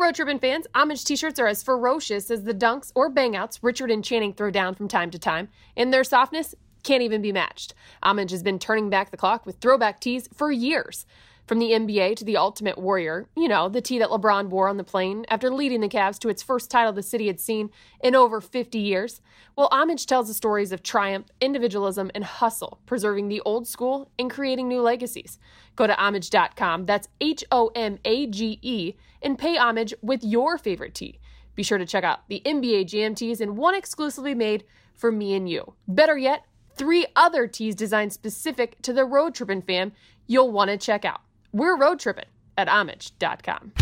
Road Trippin' fans, homage t-shirts are as ferocious as the dunks or bangouts Richard and Channing throw down from time to time, and their softness can't even be matched. Homage has been turning back the clock with throwback tees for years. From the NBA to the Ultimate Warrior, you know, the tee that LeBron wore on the plane after leading the Cavs to its first title the city had seen in over 50 years. Well, Homage tells the stories of triumph, individualism, and hustle, preserving the old school and creating new legacies. Go to homage.com, that's H O M A G E, and pay homage with your favorite tea. Be sure to check out the NBA Jam tees and one exclusively made for me and you. Better yet, three other tees designed specific to the road trippin' fam you'll want to check out. We're road trippin' at homage.com.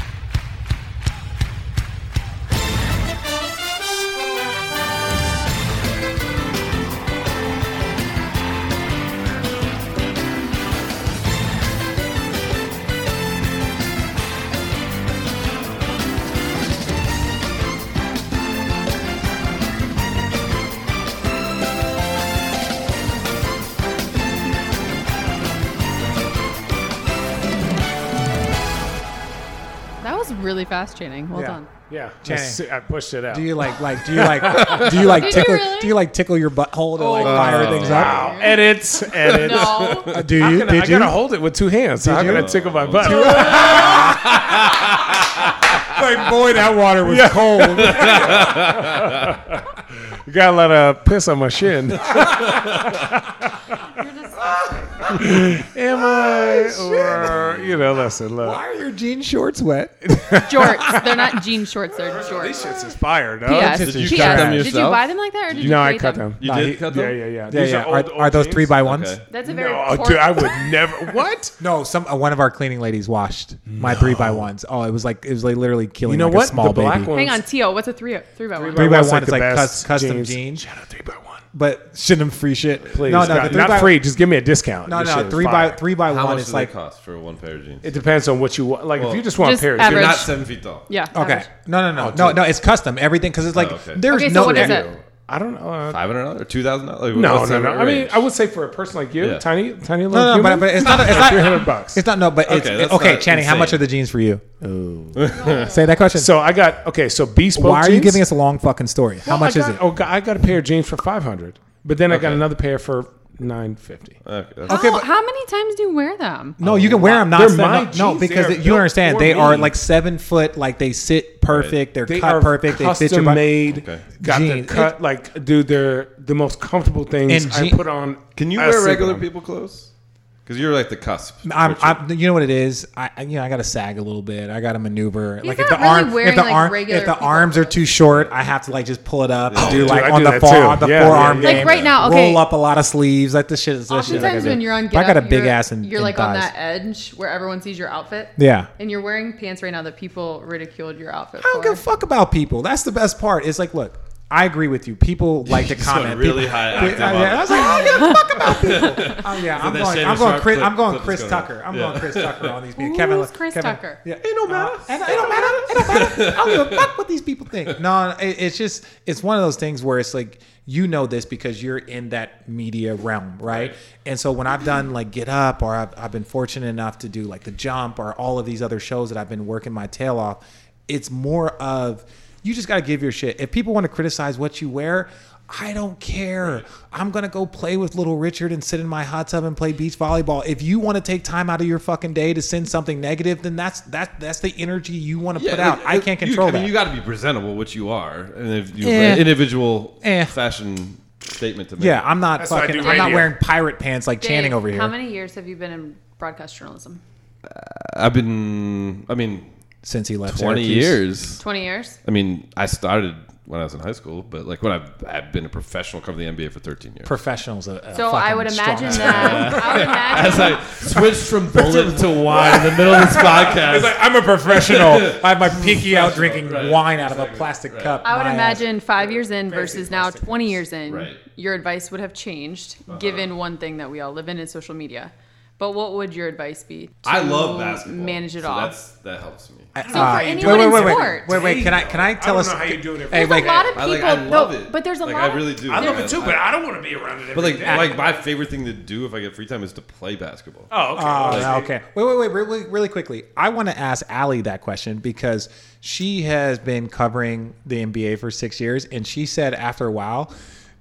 That was really fast, Channing. Well yeah. done. Yeah, Jenny. Just- I pushed it out. Do you like like do you like do you like Did you tickle really? do you like tickle your butthole to like fire things Oh, wow. Edits, edits. No. up? Uh, Do How you? can I, Did I you? gotta hold it with two hands. How you? can I tickle my butt? like, boy, that water was cold. You gotta let a piss on my shin. Am I? Or you know, listen, look. Why are your jean shorts wet? jorts. They're not jean shorts. They're This jorts. shit's inspired. P.S. No, Did you P.S. cut them Did you yourself? buy them like that, or did you? no I create cut them. You Nah, did he- cut Yeah, them? yeah, yeah. Yeah, These yeah. Are, old- are old those jeans? three by ones? Okay. That's a very. No, poor- dude, I would never. What? No, some uh, one of our cleaning ladies washed my three by ones. Oh, it was like it was like literally killing. You know like what? A small the baby. black ones. Hang on, Teal. What's a three three by one? Three by One's one like is the like best cus- custom jeans. jeans, Shout out three by one. but shouldn't free shit. Please, no, no, God, the three not by, free. Just give me a discount. No, This shit no, is three fire. by three by How one much is do like they cost for one pair of jeans? It depends on what you want. Like, if Well, you just want Just pairs, average. They're not Average. seven feet tall. Yeah. okay. average. No, no, Oh, no, no, no. It's custom everything because it's like Oh, okay. there's Okay, so no. what is e- it? I don't know. Uh, Five hundred dollars or two thousand dollars? no, no, no. I mean, I would say for a person like you, Yeah. tiny, tiny little No, no, human, but, but it's not. It's not. 300 bucks. It's not. No, but it's Okay, okay. that's okay not Channing, how much insane. are the jeans for you? Say that question. So I got okay. So bespoke. Why are you jeans? giving us a long fucking story? How Well, I much is got- it? Oh, God, I got a pair of jeans for five hundred, but then I got Okay. Uh, another pair for nine fifty. Okay, that's- How, how many times do you wear them? No, you can wear them. Not They're stand my up. no, jeans. because They are it- you built understand. for They are me. like seven foot. Like they sit perfect. They're They cut are perfect. They fit your custom body. made. Okay. Got the jeans. cut like, dude. They're the most comfortable things And I je- put on. Can you I wear sleep regular on. people clothes? Because you're like the cusp. I'm, Richard. I'm, you know what it is. I, I- you know, I got to sag a little bit. I got to maneuver. like if not the really arm, wearing, if the like, arm, regular if the people arms are too short, I have to like just pull it up and do dude, like I on do the that fore, too. on the Yeah, forearm yeah, Like game. right now, okay. roll up a lot of sleeves. Like this shit is this shit. I Oftentimes gotta when do. you're on, But get I got Up, a big you're- ass and you're and like on thighs. that edge where everyone sees your outfit. Yeah. And you're wearing pants right now that people ridiculed your outfit. I don't for. give a fuck about people. That's the best part. It's like, look, I agree with you. People like to You sound comment. really People- high Yeah, active on yeah, I it. was like, I don't give a fuck about people. Oh yeah, I'm that going. I'm Shannon going. Sharp Chris, clip- I'm going. clip is Chris going up. Tucker. I'm Yeah. going. Chris Tucker on these people. Who's Kevin. Chris Kevin- Tucker? Yeah, it don't matter. Uh, And it don't matter. It don't matter. I don't give a fuck what these people think. No, it, it's just it's one of those things where it's like you know this because you're in that media realm, right? And so when I've done like Get Up or I've, I've been fortunate enough to do like The Jump or all of these other shows that I've been working my tail off, it's more of you just got to give your shit. If people want to criticize what you wear, I don't care. I'm gonna go play with little Richard and sit in my hot tub and play beach volleyball. If you want to take time out of your fucking day to send something negative, then that's that that's the energy you want to put out. like, I can't you- control I mean, that. you got to be presentable, which you are, and if you Eh. an individual Eh. fashion statement to make. yeah, I'm not what I fucking. do I'm not radio. wearing pirate pants like Dave, Channing over here How many years have you been in broadcast journalism? I've been. I mean, since he left. twenty Syracuse. years. Twenty years. I mean, I started when I was in high school, but like when I've, I've been a professional cover of the NBA for thirteen years. Professionals. A, a So I fucking would strong imagine term. that. I would As imagine. I switched from bullet to wine in the middle of this podcast, I'm a professional. I have my pinky out drinking wine out of a plastic cup. I would My ass. imagine five years in versus now 20 years in, Right. Uh-huh. your advice would have changed given one thing that we all live in is social media. But what would your advice be? To I love basketball. manage it so all. That's, that helps me. So for anyone Ah, wait, wait, wait, in wait, sports, wait, wait. Can I can I tell I don't us? know how you do it every Hey, there's wait. a lot of I people. like. I love no, it. but there's a like, lot. I really do. I love man. it too, I- but I don't want to be around it. But like, every day. like my favorite thing to do if I get free time is to play basketball. oh, okay. Oh, Well, see. okay. Wait, wait, wait. Really, really quickly, I want to ask Allie that question because she has been covering the NBA for six years, and she said after a while.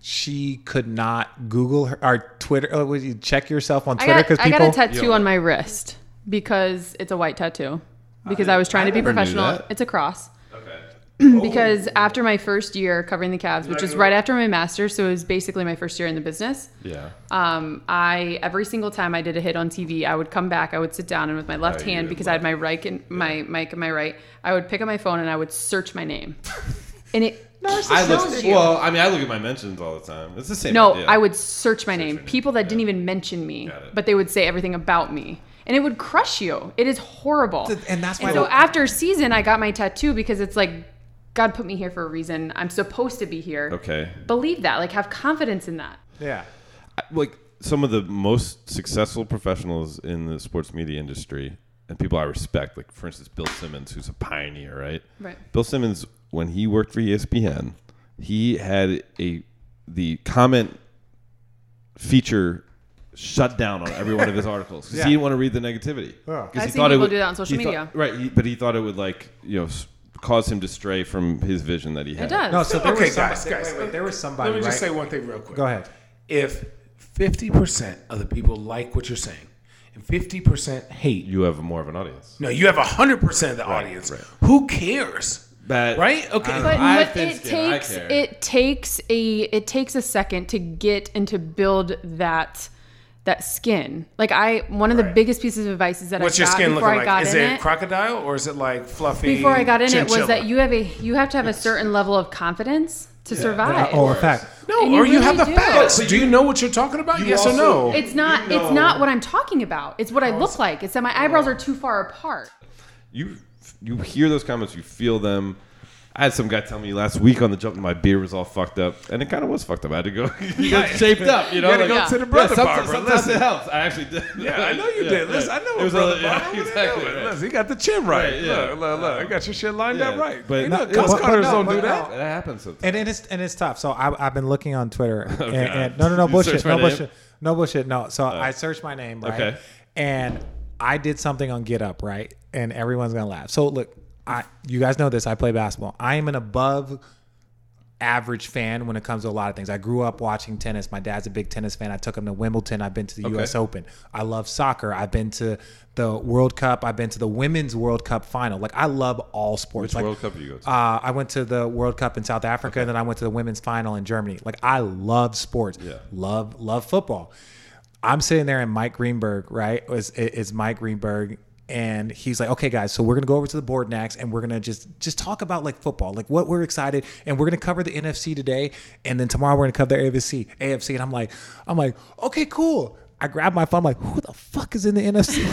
She could not Google her, or Twitter. Oh, would you check yourself on I Twitter got, because I people? got a tattoo Yo. on my wrist because it's a white tattoo. Because I, was trying to be never knew professional. that. Oh. It's a cross. Okay. Oh. because after my first year covering the Cavs, which was right after my master's, so it was basically my first year in the business. Yeah. Um, I every single time I did a hit on TV, I would come back, I would sit down, and with my left Oh, you hand did because I had my right and my mic and my right, I would pick up my phone and I would search my name, and it. I kills look. you. Well, I mean, I look at my mentions all the time. It's the same. No, idea. I would search my name. your name, People that didn't even mention me, Got it. but they would say everything about me. And it would crush you. It is horrible. Th- and that's why so the- after season, I got my tattoo because it's like, God put me here for a reason. I'm supposed to be here. Okay. Believe that. Like, have confidence in that. yeah. I- like some of the most successful professionals in the sports media industry and people I respect, like for instance Bill Simmons, who's a pioneer, right? Right. Bill Simmons, when he worked for E ESPN, he had a the comment feature shut down on every one of his articles because he didn't want to read the negativity. I've 'Cause he seen thought it people would do that on social he thought- media. right? He, but he thought it would like you know s- cause him to stray from his vision that he had. It does. No, so there Okay, was somebody, guys, guys. wait, wait, there was somebody. Let me just right? say one thing real quick. Go ahead. If 50% of the people like what you're saying and 50% hate, You have more of an audience. no, you have 100% of the audience. right. Who cares? But Right? Okay. but, I but have thin it skin. I takes care. it takes a it takes a second to get and to build that that skin. Like I one of the Right. biggest pieces of advice is that What's I your got skin before looking I like? got Is in it it. crocodile or is it like fluffy? before I got in it was chinchilla? that you have a you have to have a certain level of confidence to survive. Oh, in fact, No, and or you you have the really do. facts. But Do you know what you're talking about? you Yes or also- no? It's not You it's know- not what I'm talking about. It's what I look like. It's that Oh. my eyebrows are too far apart. you you hear those comments, you feel them. I had some guy tell me last week on the jump that my beard was all fucked up, and it kind of was fucked up. I had to go, you got shaped up, you know. You gotta go like- to the Yeah, brother some- bar, bro. Sometimes Listen. it helps. I actually did. Yeah, I know you Yeah, did. yeah. Listen, I know It a was brother. all- Bob. yeah, What are they exactly. doing? right. Listen, he got the chin right. Right, yeah. Look, look, look. I got your shit lined up Yeah. right. But- But No, look, but- cuss but- cutters but- don't but- do that. That happens sometimes. and, and it's and it's tough. So I, I've been looking on Twitter, and, and- no, no, no Oh, You bullshit, search my no name? Oh. bullshit, no bullshit, no. So I searched my name, right? Okay. And I did something on Get Up, right? And everyone's gonna laugh. So look, I you guys know this. I play basketball. I am an above average fan when it comes to a lot of things. I grew up watching tennis. My dad's a big tennis fan. I took him to Wimbledon. I've been to the US Open. I love soccer. I've been to the World Cup. I've been to the Women's World Cup final. Like I love all sports. Which Like, World Cup you go to? uh, I went to the World Cup in South Africa, and then I went to the women's final in Germany. Like I love sports, love love football. I'm sitting there, and Mike Greenberg, right, is is Mike Greenberg, and he's like, "Okay, guys, so we're gonna go over to the board next, and we're gonna just just talk about like football, like what we're excited, and we're gonna cover the NFC today, and then tomorrow we're gonna cover the AFC, AFC." And I'm like, I'm like, okay, cool. I grabbed my phone, I'm like, who the fuck is in the NFC?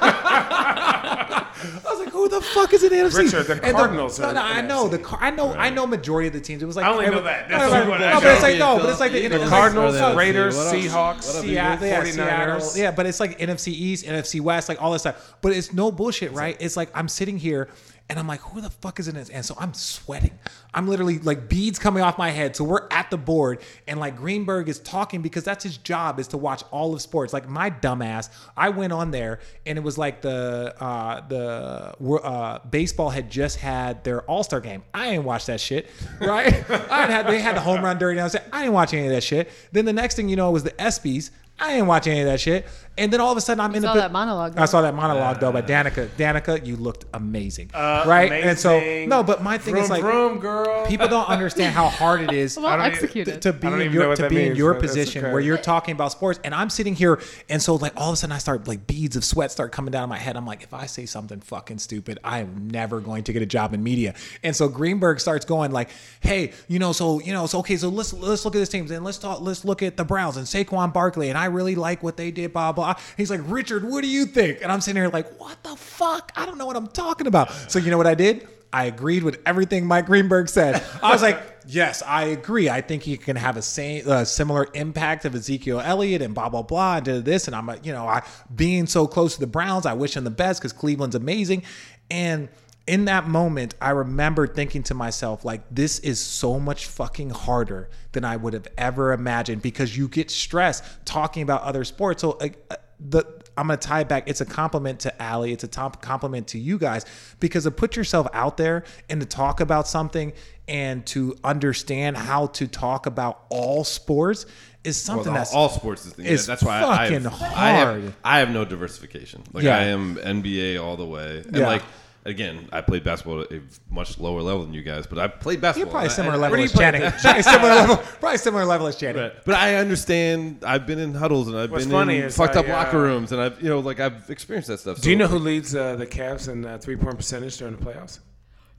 I was like, who the fuck is in the NFC? Richard, the And Cardinals no, are no, in I the know NFC. the Car- I know I know majority of the teams. It was like I only know every- that. no, That's no, the one I no, but it's like know. no, but it's like the, The it's like- Cardinals, no, Raiders, What up? Seahawks, What up, Seattle, yeah, 49ers. Seattle. Yeah, but it's like NFC East, NFC West, like all this stuff. But it's no bullshit, right? It's like I'm sitting here and I'm like, who the fuck is in this? And so I'm sweating. I'm literally like beads coming off my head. So we're at the board and like Greenberg is talking because that's his job is to watch all of sports. Like my dumbass, I went on there and it was like the uh the uh baseball had just had their all-star game. I didn't watch that shit. Right? I had they had the home run dirty. And I was like, I didn't watch any of that shit. Then the next thing you know was the ESPYs. I didn't watch any of that shit. And then all of a sudden, I'm in saw the that monologue, I saw that monologue though by Danica. Danica, you looked amazing, Uh, right? And so amazing. no, but my thing is Vroom, like vroom, girl. people don't understand how hard it is Well don't even- executed. to be I don't in even know your, what to that be in means, your but that's position okay. where you're talking about sports and I'm sitting here and so like all of a sudden I start like beads of sweat start coming down my head I'm like if I say something fucking stupid I am never going to get a job in media and so Greenberg starts going like hey you know so you know so okay so let's let's look at this team and let's talk let's look at the Browns and Saquon Barkley and I really like what they did blah blah he's like Richard what do you think and I'm sitting here like what the fuck I don't know what I'm talking about so you know what I did I agreed with everything Mike Greenberg said. I was like, Yes, I agree. I think he can have a same uh, similar impact of Ezekiel Elliott and blah blah blah. I did this, and I'm a, you know I being so close to the Browns. I wish him the best because Cleveland's amazing. And in that moment, I remember thinking to myself like, this is so much fucking harder than I would have ever imagined because you get stressed talking about other sports. So like uh, the I'm gonna tie it back. It's a compliment to Ali. It's a top compliment to you guys because to put yourself out there and to talk about something and to understand how to talk about all sports is Well, something all- that's all sports is the is that's why I- fucking I, have, I have hard. I have no diversification. Like Yeah. I am NBA all the way, and Yeah. like again, I played basketball at a much lower level than you guys, but I played basketball. You're probably I- similar I- level Where do as you play? Channing. Probably similar level. Probably similar level as Channing. But I understand. I've been in huddles and I've What's been funny in is fucked I, up uh, locker rooms, and I've you know like I've experienced that stuff. Do you So know who leads uh, the Cavs in uh, three point percentage during the playoffs?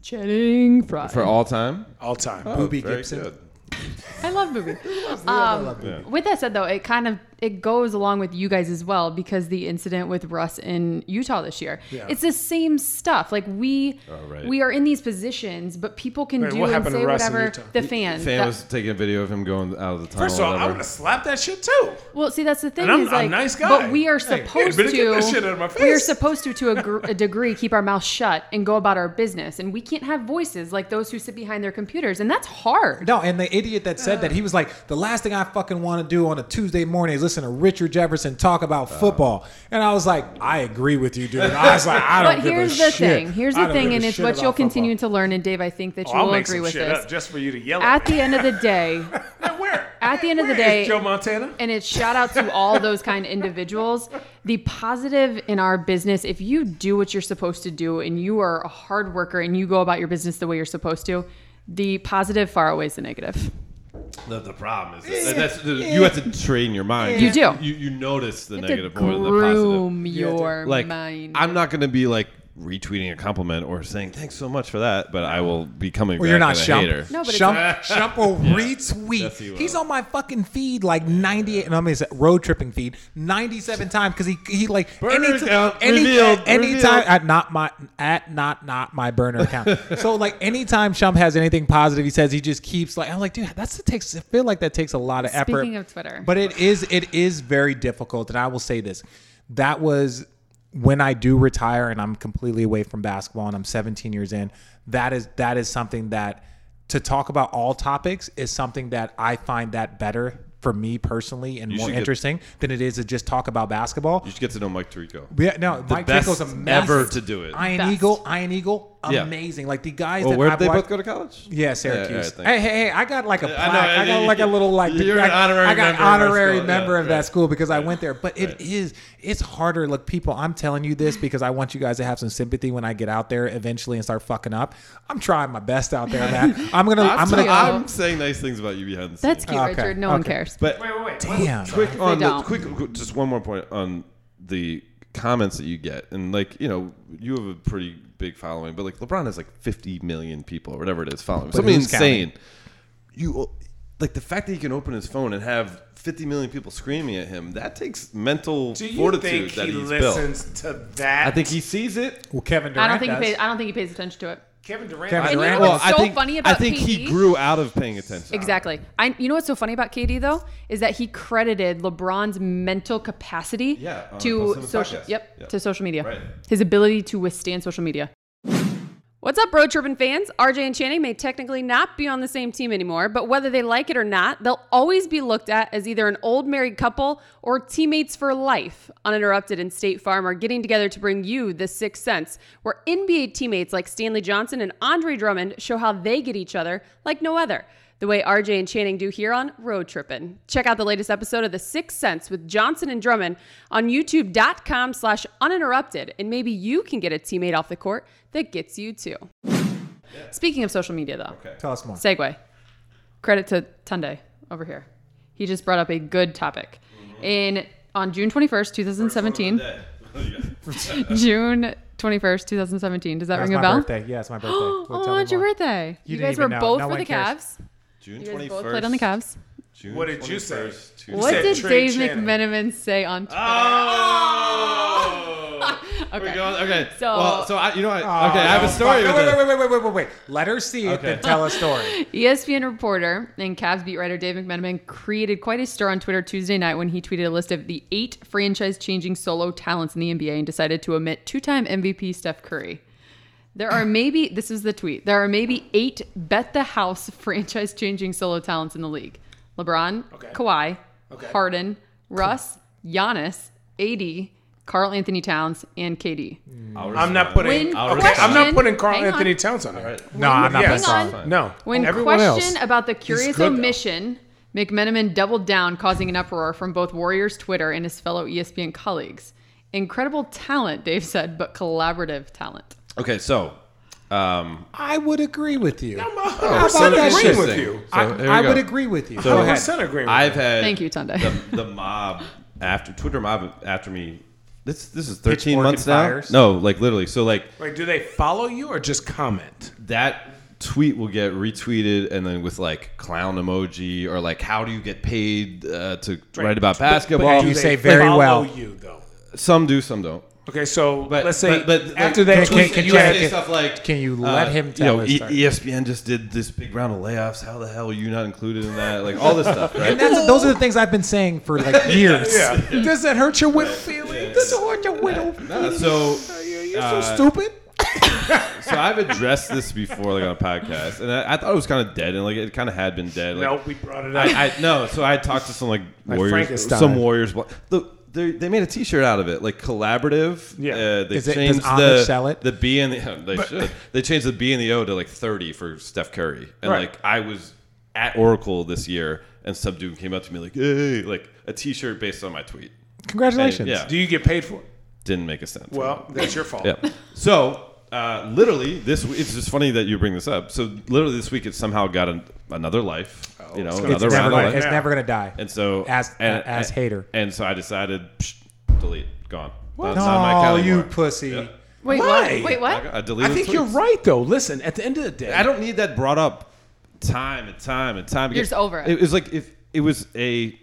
Channing Frye. for all time? All time. Boobie Very Gibson. good. I love Booby. um, With that said, though, it kind of it goes along with you guys as well because the incident with Russ in Utah this year. It's the same stuff. Like we Oh, right. we are in these positions, but people can Wait, do what and happened to say Russ in whatever Utah? the fans. Fan was taking a video of him going out of the tunnel. First of all, I whatever. would have slapped that shit too. Well, see, that's the thing. And I'm- is I'm a like, nice guy. But we are Hey, you supposed better get to. that shit out of my We are face. supposed to, to a, gr- a degree, keep our mouth shut and go about our business. And we can't have voices like those who sit behind their computers, and that's hard. No, and the idiot that said that he was like, the last thing I fucking want to do on a Tuesday morning is listen to Richard Jefferson talk about Uh. football. And I was like, I agree with you, dude. I was like, I don't. But give a here's the shit. thing. Here's I the don't thing, give a and it's shit what about you'll football. Oh, continue to learn. And Dave, I think that you I'll will make agree some with shit this. up just for you to yell At at, me. the end of the day, Now, where? At the end of the Where day- is Joe Montana. and it's shout out to all those kind of individuals. The positive in our business, if you do what you're supposed to do and you are a hard worker and you go about your business the way you're supposed to, the positive far outweighs the negative. The, the problem is that, Uh, that's, you have to train your mind. You do. You, you notice the negative to more than the positive. groom your Like mind. I'm not going to be like retweeting a compliment or saying thanks so much for that, but I will be coming. Well, back you're not and a Shump. hater. No, but it's- Shump, Shump will yes, he retweet. will. He's on my fucking feed like 98, and I mean, it's a road tripping feed, 97 times because he he like Burner anytime, account any, revealed, anytime revealed. at not my at not not my burner account. so like anytime Shump has anything positive, he says he just keeps like I'm like, dude, that's it takes. I feel like that takes a lot of effort. Speaking of Twitter. but it is it is very difficult, and I will say this: that was when I do retire and I'm completely away from basketball and I'm 17 years in. That is that is something that to talk about all topics is something that I find that better for me personally and more should get- interesting than it is to just talk about basketball. You should get to know Mike Tirico. Yeah, no, Mike best Tinkle's amazing. ever to do it. Iron Best. Eagle, Iron Eagle, Yeah. amazing. Like the guys Well, that Oh, where I've did they watched, both go to college? yeah, Syracuse. all right, thanks. hey, hey, hey! I got like a plaque. I know, I, got you- like a little like you're an honorary I got member of our honorary school, member yeah, of that right. school because I went there. But it is it's harder. Look, people, I'm telling you this because I want you guys to have some sympathy when I get out there eventually and start fucking up. I'm trying my best out there, man. I'm gonna I'm, I'm, gonna sorry. I'm saying nice things about you behind the scenes. That's cute, Okay, Richard. No one okay. cares. but Wait, wait, wait. oh, damn. quick on the, don't. quick, quick- just one more point on the comments that you get and like you know you have a pretty big following but like lebron has like 50 million people or whatever it is following him. something who's counting? insane you like the fact that he can open his phone and have 50 million people screaming at him that takes mental Do you fortitude think that he he's built listens to that? i think he sees it Well, Kevin Durant. I don't think he does. pays, I don't think he pays attention to it. Kevin Durant. Kevin And I- you know Durant. what's Well, so funny about E? i think he KD? grew out of paying attention Exactly. I you know what's so funny about KD though is that he credited LeBron's mental capacity Yeah, on the Post to Simmons social podcast. yep, Yeah. to social media. Right. His ability to withstand social media. What's up, road tripping fans? RJ and Channing may technically not be on the same team anymore, but whether they like it or not, they'll always be looked at as either an old married couple or teammates for life. Uninterrupted and State Farm are getting together to bring you The Sixth Sense, where NBA teammates like Stanley Johnson and Andre Drummond show how they get each other like no other. The way RJ and Channing do here on Road Trippin'. Check out the latest episode of The Sixth Sense with Johnson and Drummond on youtube.com slash uninterrupted, and maybe you can get a teammate off the court that gets you too. Speaking of social media, though, Tell us more. segue. Credit to Tunde over here. He just brought up a good topic. In on June twenty first, two thousand seventeen. June twenty first, two thousand seventeen. Does that That's ring a my bell? birthday. Yeah, it's my birthday. Well, tell Oh, me it's your more. birthday. You, didn't guys even were know. both No for one the cares. Cavs. june You guys 21st both played on the Cavs. June What did you say? 21st, Tuesday. What said Ah, did Trey Dave Channing. McMenamin say on Twitter? Oh! We're uh, Okay. going, okay. So- well, so I, you know, I, Oh, okay, I have no, a story. fuck. with Wait, this. wait, wait, wait, wait, wait, wait. Let her see it, Okay. then tell a story. ESPN reporter and Cavs beat writer Dave McMenamin created quite a stir on Twitter Tuesday night when he tweeted a list of the eight franchise changing solo talents in the NBA and decided to omit two time MVP Steph Curry. There are maybe, this is the tweet, there are maybe eight bet the house franchise changing solo talents in the league LeBron, Kawhi, Harden, Russ, Giannis, AD, Carl Anthony Towns, and KD. I'll I'm respond. not putting. When I'll Okay, I'm question- not putting Carl hang on. Anthony Towns on it. No, I'm not Yes. pissed Hang off. on. No. When everyone questioned else. about the curious good, though. omission, McMenamin doubled down, causing an uproar from both Warriors Twitter and his fellow E ESPN colleagues. Incredible talent, Dave said, but collaborative talent. Okay, so um, I would agree with you. How about Oh, so that interesting. shit with you? So, I, here we I go. would agree with you. So- Go ahead. percent agreeing with I've had Thank you, Tunde. The, the mob after Twitter mob after me. This this is 13 Pitchfork months and now. fires. No, like literally. So like Wait, do they follow you or just comment? that tweet will get retweeted and then with like clown emoji or like how do you get paid uh, to write about basketball? do You They say very follow well. You though. some do, some don't. Okay, so But let's say but, but after like, they that tweet, can- you can- say can- stuff like, can you let him tell his Uh, You know, story? E- ESPN just did this big round of layoffs. How the hell are you not included in that? Like all this stuff, right? And that's, those are the things I've been saying for like years. Does that hurt your widow feeling? Does it hurt your widow? Uh, so You're Uh, so stupid. so I've addressed this before, like on a podcast, and I, I thought it was kind of dead, and like it kind of had been dead. Like, No, we brought it up. I, I no. So I talked to some like warriors, Frankenstein. some warriors. blo- Look, they they made a T-shirt out of it, like collaborative. Yeah. Uh, they Is it- does changed Amish the sell it? the B and the yeah, they should they changed the B and the O to like thirty for Steph Curry, and Right. like I was at Oracle this year, and some dude came up to me like, hey, like a T-shirt based on my tweet. And, Congratulations. yeah, Do you get paid for it? didn't make a sense. Well, that's your fault. Yeah. So uh, literally, this it's just funny that you bring this up. So literally, this week it somehow got an, another life. you know, It's another never, round of gonna, life. it's never gonna die. And so As- and, as hater. And so I decided psh, delete, gone. What? No, you pussy. Wait, Why? what? Wait, I, what? got- I I deleted. think tweets. you're right though. Listen, at the end of the day, I don't need that brought up time and time and time again. just over it. It was like if it was a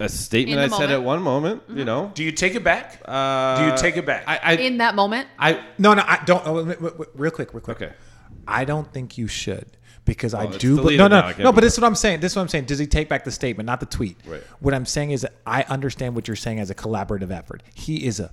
a statement the I said moment. Mm-hmm. at one moment. You know. Do you take it back? Uh, Do you take it back? I I, In that moment, I No, no, I don't. oh, wait, wait, wait, real quick, real quick. Okay. I don't think you should because I it's do. But, deleted no, no, now, I can't no. do But that. this is what I'm saying. This is what I'm saying. Does he take back the statement, not the tweet? Right. What I'm saying is that I understand what you're saying as a collaborative effort. He is a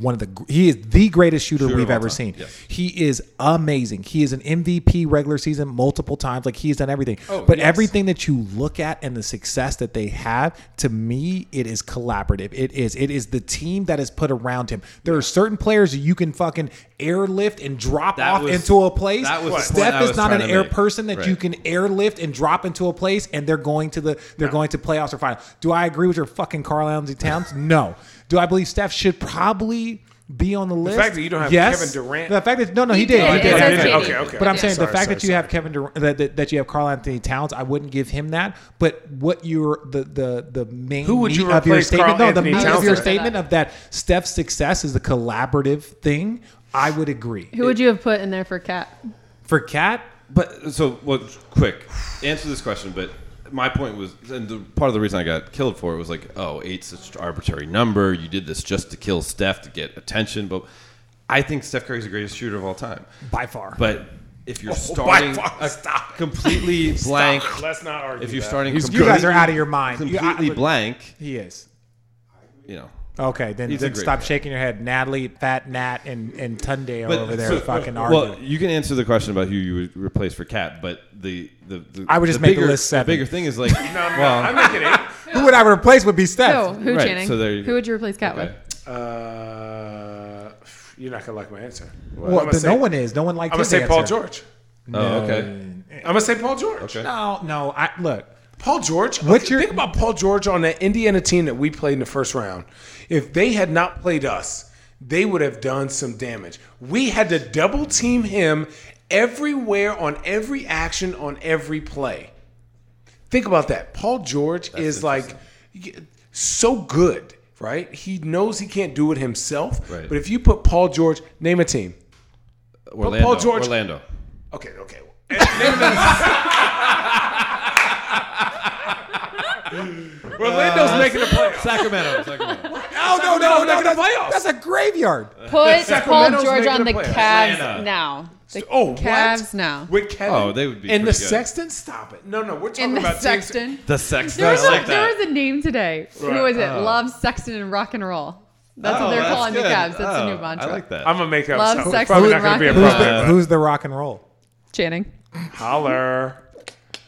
one of the gr- he is the greatest shooter, Shooter of we've all ever time, seen. yes. He is amazing. He is an MVP regular season multiple times. Like he's done everything. but Oh, yes. everything that you look at and the success that they have, to me, it is collaborative. It is. It is the team that is put around him. There are certain players that you can fucking airlift and drop That off was- into a place. that was the point I Steph is was not trying an to air make. person that you Right. can airlift and drop into a place, and they're going to the they're going to playoffs or final. Do I agree with your fucking Carl Anthony Towns? no. Do I believe Steph should probably be on the list? fact that you don't have Kevin Durant- The fact that no, no, he, He did. did. He It did. says He KD. did. Okay, okay. But I'm Yeah. saying the Sorry, fact sorry, that you sorry. have Kevin Durant, that, that, that you have Carl Anthony Towns, I wouldn't give him that. But what your the the the main Who would you meat of your replace Karl statement? No, the Anthony meat Towns of your with? statement of that Steph's success is the collaborative thing. I would agree who would you have put in there for Cat? for Cat. But so, well, quick answer this question. But my point was, and the, part of the reason I got killed for it was like, oh, eight's such an arbitrary number. You did this just to kill Steph to get attention. But I think Steph Curry's the greatest shooter of all time. By far. Oh, But if you're by starting far, a stop. completely blank, Let's not argue. if you're that. starting, you guys are out of your mind. You- I- Completely blank, He is. you know. Okay, then, He's a then great stop player. shaking your head. Natalie, Fat Nat, and, and Tunde are over there so- fucking well, arguing. you can answer the question about who you would replace for Cat, but the the, the I would just the make the bigger, list seven. The bigger thing is like, No, no, well, I'm making it. Who would I replace would be Who? Steph? Who, Right, Channing? so there you go. who would you replace Cat with? Uh, you're not gonna like my answer. Well, I'm gonna then say- no one is. No one likes I'm gonna his say Paul answer. George. oh, okay, I'm gonna say Paul George. okay. No, no. I look. Paul George. What's Okay, your- think about Paul George on that Indiana team that we played in the first round? If they had not played us, they would have done some damage. We had to double team him everywhere on every action on every play. Think about that. Paul George is like so good, right? He knows he can't do it himself. Right. But if you put Paul George, name a team. Orlando, Paul George- Orlando. Okay, okay. Orlando's making a play. Uh, Sacramento. Sacramento. No, no, no, no, Sacramento's making that's, the playoffs. that's a graveyard. Put Paul Sacramento's George making on the the playoffs. Cavs Atlanta. now. The Oh, what? Cavs now. With Kevin. Oh, they would be And the pretty good. Sexton? Stop it. No, no, we're talking In the about teams- Sexton. The sex. There was, I like a, there that. was a name today. Who Right. was it? Love Sexton and rock and roll. That's Oh, what they're calling good. the Cavs. That's oh, a new mantra. I like that. I'm going to make that Love, up. sex, Probably food, not going to be a rock Who's, problem. Uh, the, who's the rock and roll? Channing. Holler.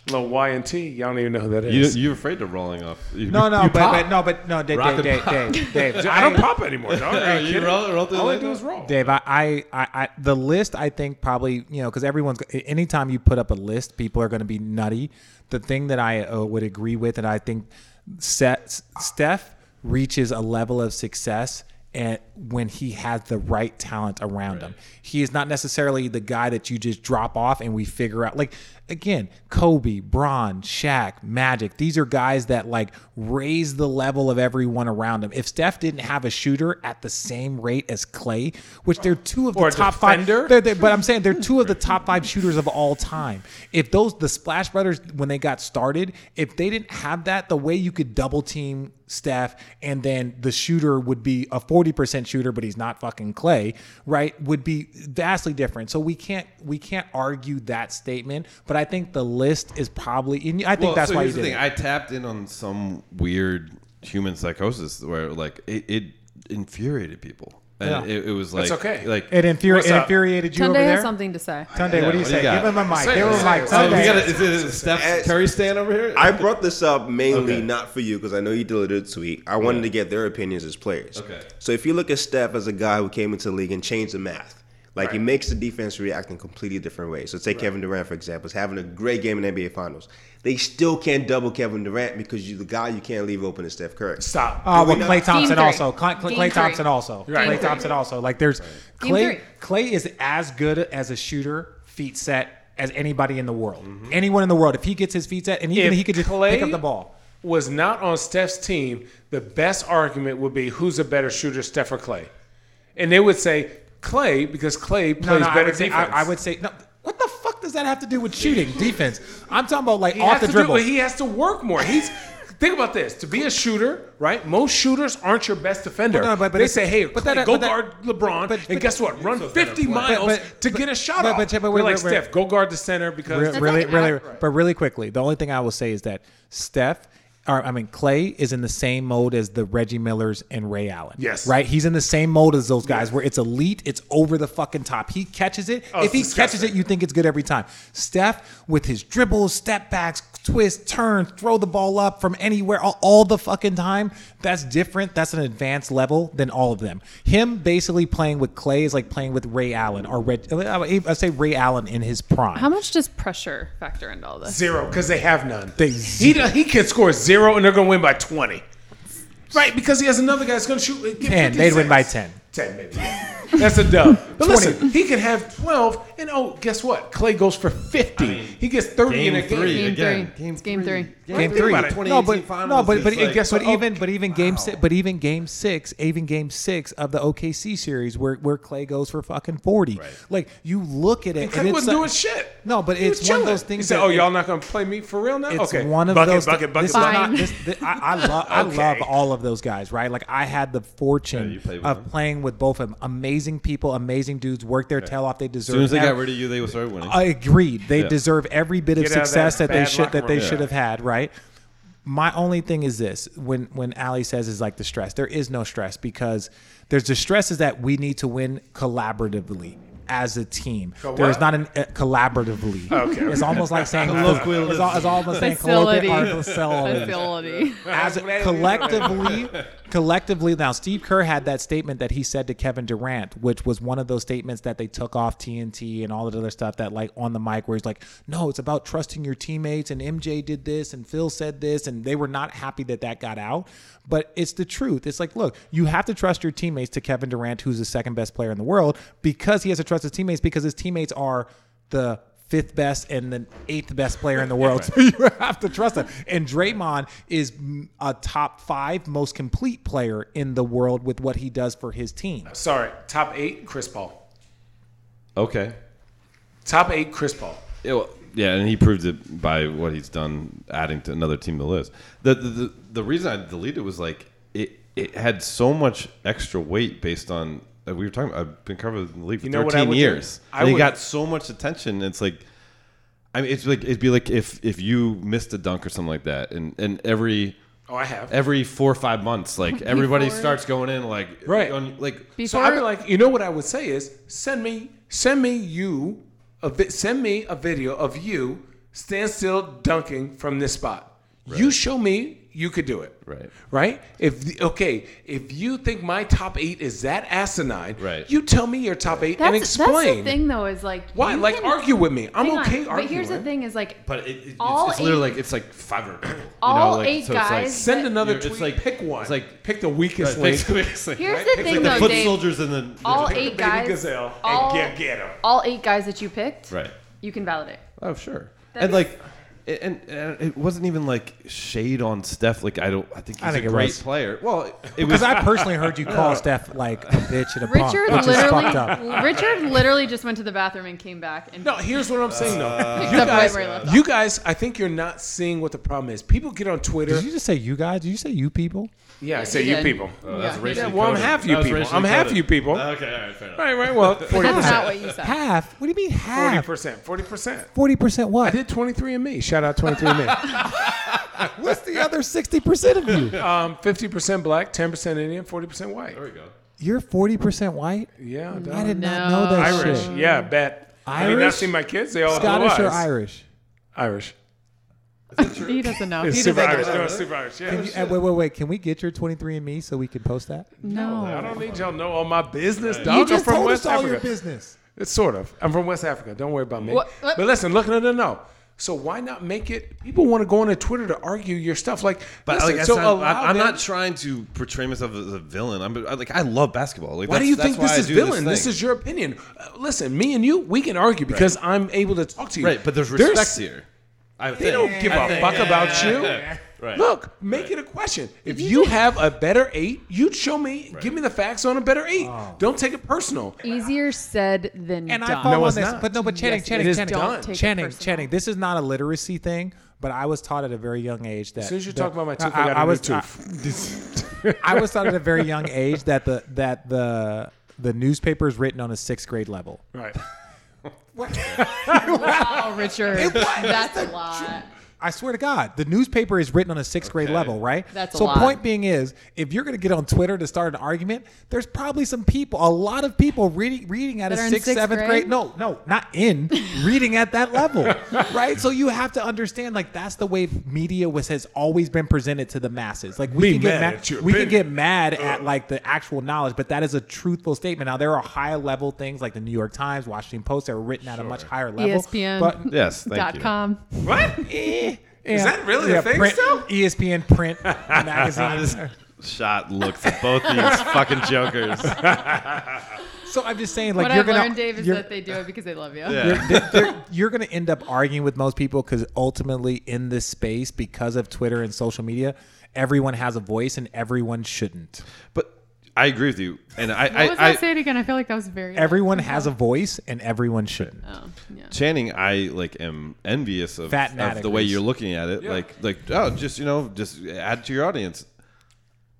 Little Y and T. Y'all don't even know who that You, is. you're afraid of rolling off. You, No, no, you but, pop. but no, but no, Dave, Rock Dave, and Dave, pop. Dave, Dave, I don't pop anymore, dog. Are you you kidding? roll, roll through All I the- do is roll. Dave, I, I, I, I, the list I think probably you know because everyone's anytime you put up a list, people are going to be nutty. The thing that I uh, would agree with, and I think Seth, Steph reaches a level of success. And when he has the right talent around him, he is not necessarily the guy that you just drop off and we figure out. Like again, Kobe, Braun, Shaq, Magic. These are guys that like raise the level of everyone around them. If Steph didn't have a shooter at the same rate as Clay, which they're two of the Or a top defender. five, they're- they're- but I'm saying they're two of the top five shooters of all time. If those the Splash Brothers when they got started, if they didn't have that, the way you could double team Steph and then the shooter would be a 40% shooter, but he's not fucking Clay, right? Would be vastly different. So we can't we can't argue that statement. But I think the list is probably and I think Well, that's so why you here's did the thing. it. I tapped in on some weird human psychosis where like it, it infuriated people, and Yeah. it, it was like okay. Like it, infuri- What's it up? infuriated you over Tunde has there. something to say. Tunde, what do you what do you say? got? Give him a mic. Say it, Give him a say mic. it, say Oh, it. we Tunde. got is it Steph As- Curry stand over here? I brought this up mainly Okay. not for you because I know you did a tweet. I wanted to get their opinions as players. Okay. So if you look at Steph as a guy who came into the league and changed the math, like he makes the defense react in completely different ways. So take Kevin Durant for example, is having a great game in NBA Finals. They still can't double Kevin Durant because you the guy you can't leave open is Steph Curry. Stop. Oh, well, not- Clay Thompson three. also. Clay, Clay, Game Clay three. Thompson also. Right. Clay Game Thompson also. Like there's three. Clay. Clay is as good as a shooter, feet set as anybody in the world. Mm-hmm. Anyone in the world, if he gets his feet set, and even If he could just pick Clay- up the ball. was not on Steph's team, the best argument would be who's a better shooter, Steph or Clay? And they would say Clay because Clay No, plays no, I better would say. I, defense. I would say no. What the fuck does that have to do with shooting defense? I'm talking about like He off has the to do- dribble. but he has to work more. He's think about this. To be a shooter, right? Most shooters aren't your best defender. Well, no, but- but they it's- say, "Hey, but Clay, that- go but that- guard LeBron," but- and but- guess what? Run 50 miles but- to but- get a shot but- off. but- but We're wait, like wait, wait. Steph, go guard the center because Re- really, like really, accurate. but really quickly, the only thing I will say is that Steph, or I mean Clay, is in the same mode as the Reggie Millers and Ray Allen. Yes. right. He's in the same mode as those guys, where it's elite, it's over the fucking top. He catches it. Oh, if it's he disgusting. catches it, you think it's good every time. Steph, with his dribbles, step backs, twists, turns, throw the ball up from anywhere, all, all the fucking time. That's different. That's an advanced level than all of them. Him basically playing with Clay is like playing with Ray Allen or Reg. I would I say Ray Allen in his prime. How much does pressure factor into all this? zero because they have none. They he, do- he can score zero and they're going to win by 20. Right, because he has another guy that's going to shoot. give 50 They'd cents. win by 10. 10, maybe. yeah. That's a dub. But listen, he could have 12, and oh, guess what? Clay goes for 50. he gets 30 in a Game game. three Game again. three. It's game three. Game Think three. about it. No, but 2018 finals no, but but is it- like- guess what? But, oh, Even but even game six, but even game six, even game six of the OKC series where where Clay goes for fucking forty. Like you look at it, and, Clay it's wasn't a- doing shit. No, but He was it's one of chilling. those things He said, that- "Oh, y'all not gonna play me for real now?" It's okay, one of bucket, those. bucket, bucket, this bucket. Is not, this, thi- I, I love. I Okay. love all of those guys. Right? Like I had the Yeah, fortune you played with of them. playing with both of them. Amazing people, amazing dudes. Worked their tail off. They As deserve. soon as they got every- rid of you, they started winning. I agreed. They Yeah. deserve every bit of Get out of success that that, they bad should locker that they room. should Yeah. have had, right? My only thing is this: when when Ali says is like the stress, there is no stress because there's the stress is that we need to win collaboratively as a team. There is what? not an uh, collaboratively. Okay. It's almost like saying colloquial. It's, al- it's almost saying Facility. colloquial or facility Facility. as a, collectively, collectively. Now, Steve Kerr had that statement that he said to Kevin Durant, which was one of those statements that they took off TNT and all that other stuff that, like, on the mic, where he's like, "No, it's about trusting your teammates." And MJ did this, and Phil said this, and they were not happy that that got out. But it's the truth. It's like, look, you have to trust your teammates to Kevin Durant, who's the second best player in the world, because he has to trust his teammates because his teammates are the fifth best and the eighth best player in the world. So you have to trust him. And Draymond is mm, a top five most complete player in the world with what he does for his team. Sorry, top eight, Chris Paul. okay. Top eight, Chris Paul. Yeah, well, yeah, and he proved it by what he's done, adding to another team to the list. The the, the, the reason I deleted was like it. it had so much extra weight based on uh, we were talking. I've been covered in the league for You know what I 13 would do? years. I and it would- got so much attention. It's like. I mean, it's like it'd be like if if you missed a dunk or something like that, and and every Oh, I have. every four or five months, like everybody Before- starts going in like Right. on, like so I'd be like, you know what I would say is send me, send me you, a vi- send me a video of you stand still dunking from this spot. You show me you could do it. Right. Right. If the- okay, if you think my top eight is that asinine, Right. you tell me your top eight and That's, explain. that's the thing, though, is like Why? you Like, can- argue with me. I'm Hang on, okay But here's the arguing. thing: is like But it, it, it's, All it's literally eight- like it's like five or you know, All like, eight so it's like- guys- Send But- another You're- it's tweet. like- pick one. it's like- pick the weakest Right, link. it's like- Here's right? the It's thing, like though, the foot Dave. soldiers and the all Pick the eight baby guys, gazelle and all, get- get 'em. all eight guys that you picked, Right. You can validate. Oh sure. That and is- like, it- and, and it wasn't even like shade on Steph. Like I don't. I think he's I think a it great was. player. Well, it was. Because I personally heard you call Steph like a bitch and a punk, Richard which is fucked up. literally, Richard literally just went to the bathroom and came back and No, here's what I'm saying though. picked Uh, you up right guys, where he left off. you guys, I think you're not seeing what the problem is. People get on Twitter. Did you just say you guys? Did you say you people? yeah, I he say you did. people. Uh, that's Yeah. racially Yeah, well, I'm coded. half you That was people. racially I'm half coded. you people. Okay, all right, fair enough. Right, right. Well, That's 40%. not what you said. Half? What do you mean half? 40%. 40%. 40% I what? did 23 and me. Shout out 23 and me. What's the other 60% of you? Um, 50% black, 10% Indian, 40% white. There we go. You're 40% white? Yeah, I dog. did No. not know that Irish. shit. Yeah, bet. I mean, I've Irish? seen my kids. They all have blue Scottish or eyes. Irish? Irish. He doesn't know. It's He super doesn't Irish. know. No, it's super Irish. Yeah. Can you, uh, wait, wait, wait. Can we get your 23andMe so we can post that? I No. don't need y'all to know all my business, dog. You I'm just from told West us all Africa. your business. It's sort of. I'm from West Africa. Don't worry about me. What- what- But listen, look, no, no, no. So why not make it? People want to go on Twitter to argue your stuff. Like, But listen, like, so so I'm, allow I'm them- not trying to portray myself as a villain. I'm I- like I love basketball. Like, Why do that's- you that's think this why I is do villain? This, thing. is your opinion. Uh, listen, me and you, we can argue because I'm able to talk to you. right. But there's respect here. I They don't give a fuck about you. Right. Look, make it a question. If you have a better eight, you'd show me, give me the facts on a better eight. Don't take it personal. Easier said than And I done. fall No, on it's this, not. but no, but Channing, Yes, it Channing, is Channing, done. Don't take it Channing, personal. Channing. This is not a literacy thing, but I was taught at a very young age that. As soon as you talk about my tooth, I, I, got I a new was tooth. I was taught at a very young age that the that the the newspaper is written on a sixth grade level. right. Wow, Richard. That's a lot. I swear to God, the newspaper is written on a sixth grade level, right? That's a so. lot. Point being is, if you're going to get on Twitter to start an argument, there's probably some people, a lot of people reading reading at That are a in sixth, sixth seventh grade? grade? No, no, not in reading at that level, right? So you have to understand, like that's the way media was has always been presented to the masses. Like we Be mad can get mad, at your we can opinion. Uh. get mad at like the actual knowledge, but that is a truthful statement. Now there are high level things like the New York Times, Washington Post that are written at a much higher E level. ESPN. but Yes. Thank Dot you. com. What? Is that really a thing print, still? ESPN print magazine. Shot looks at both these fucking jokers. so I'm just saying, like what you're I've gonna learned, Dave, is you're, that they do it because they love you. Yeah. they're- they're- you're gonna end up arguing with most people because ultimately in this space, because of Twitter and social media, everyone has a voice and everyone shouldn't. But I agree with you, and I, What was I, I that saying again? I feel like that was very. Everyone has a voice and everyone shouldn't. Oh, yeah. Channing, I like am envious of, Fat Matt of the way agrees. you're looking at it. Like, like oh, just you know, just add to your audience.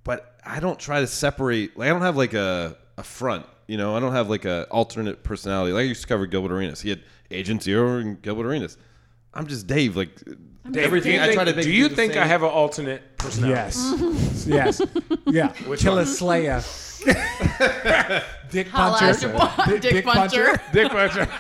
But I don't try to separate. Like, I don't have like a a front. You know, I don't have like a alternate personality. Like I used to cover Gilbert Arenas. He had Agent Zero and Gilbert Arenas. I'm just Dave. Like everything do you I think, try to make. do you the think same. I have an alternate personality? Yes. yes. Yeah. Killer Slayer. Dick Holla at Puncher. your boy, Dick Puncher. Dick Fletcher.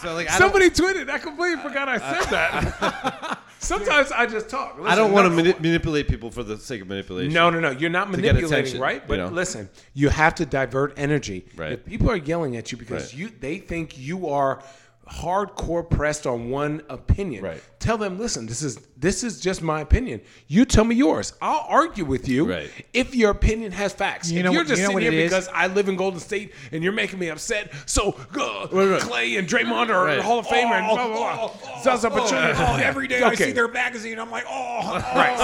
So, like, I don't- Somebody tweeted. I completely forgot I said that. Sometimes I just talk. I Listen, don't want to no- mani- manipulate people for the sake of manipulation. No, no, no. You're not get manipulating, attention, right? you But know? listen, you have to divert energy. Right. If people are yelling at you because Right. you they think you are hardcore pressed on one opinion. Right. Tell them, listen, this is this is just my opinion. You tell me yours. I'll argue with you Right. if your opinion has facts. You if know you're what- just you sitting know what it here is? because I live in Golden State and you're making me upset, so uh, right. Clay and Draymond are Right. Oh, Hall of Famer and blah blah blah. Zaza Pachulia. every day Okay. magazine. I'm like, oh, Right,